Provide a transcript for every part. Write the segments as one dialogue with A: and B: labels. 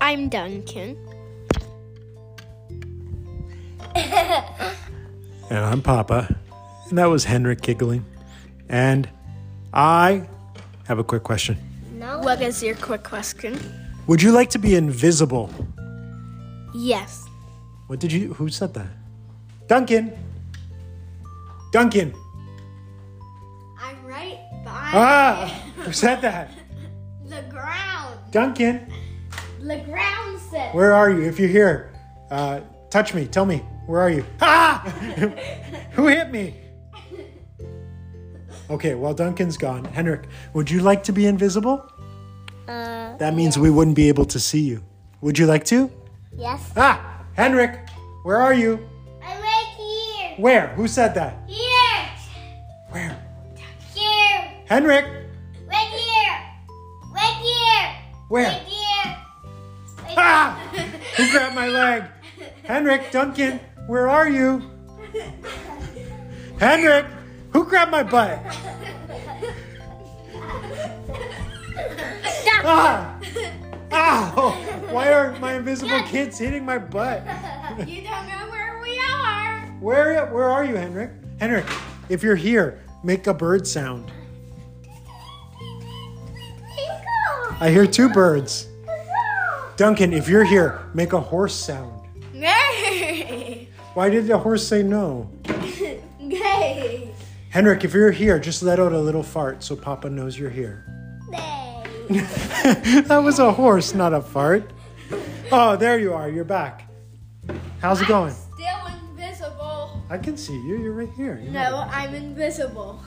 A: I'm Duncan.
B: And I'm Papa. And that was Henrik giggling. And I have a quick question.
A: What is your quick question?
B: Would you like to be invisible?
A: Yes.
B: What did you who said that? Duncan. Duncan.
A: I'm right behind
B: Ah! Who said that?
A: the ground.
B: Duncan,
A: The ground said.
B: where are you? If you're here, uh, touch me. Tell me, where are you? Ah! who hit me? Okay, well, Duncan's gone. Henrik, would you like to be invisible?
C: Uh,
B: That means we wouldn't be able to see you. Would you like to?
C: yes.
B: Ah! Henrik, where are you?
C: I'm right here.
B: Where? Who said that?
C: Here.
B: Where?
C: Here.
B: Henrik,
C: Right here. Right here.
B: where?
C: Right here.
B: Ah! Who grabbed my leg? Henrik, Duncan, where are you? Henrik, who grabbed my butt? Ah! Ow! Why are my invisible kids hitting my butt?
A: You don't know where we are.
B: Where where are you, Henrik? Henrik, if you're here, make a bird sound. I hear two birds. Duncan, if you're here, make a horse sound.
A: Yay.
B: Why did the horse say no?
A: Yay.
B: Henrik, if you're here, just let out a little fart so Papa knows you're here. that was a horse, not a fart. Oh, there you are. You're back. How's it going?
A: Still invisible.
B: I can see you. You're right here. You're
A: No, I'm invisible.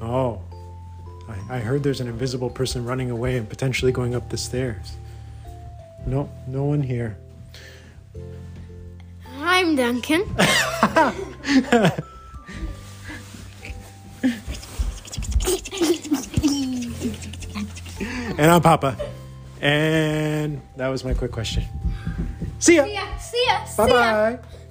B: Oh, I, I heard there's an invisible person running away and potentially going up the stairs. No, no one here.
A: I'm Duncan.
B: And I'm Papa. And that was my quick question. See ya.
A: Yeah, see ya.
B: Bye
A: See ya.
B: bye.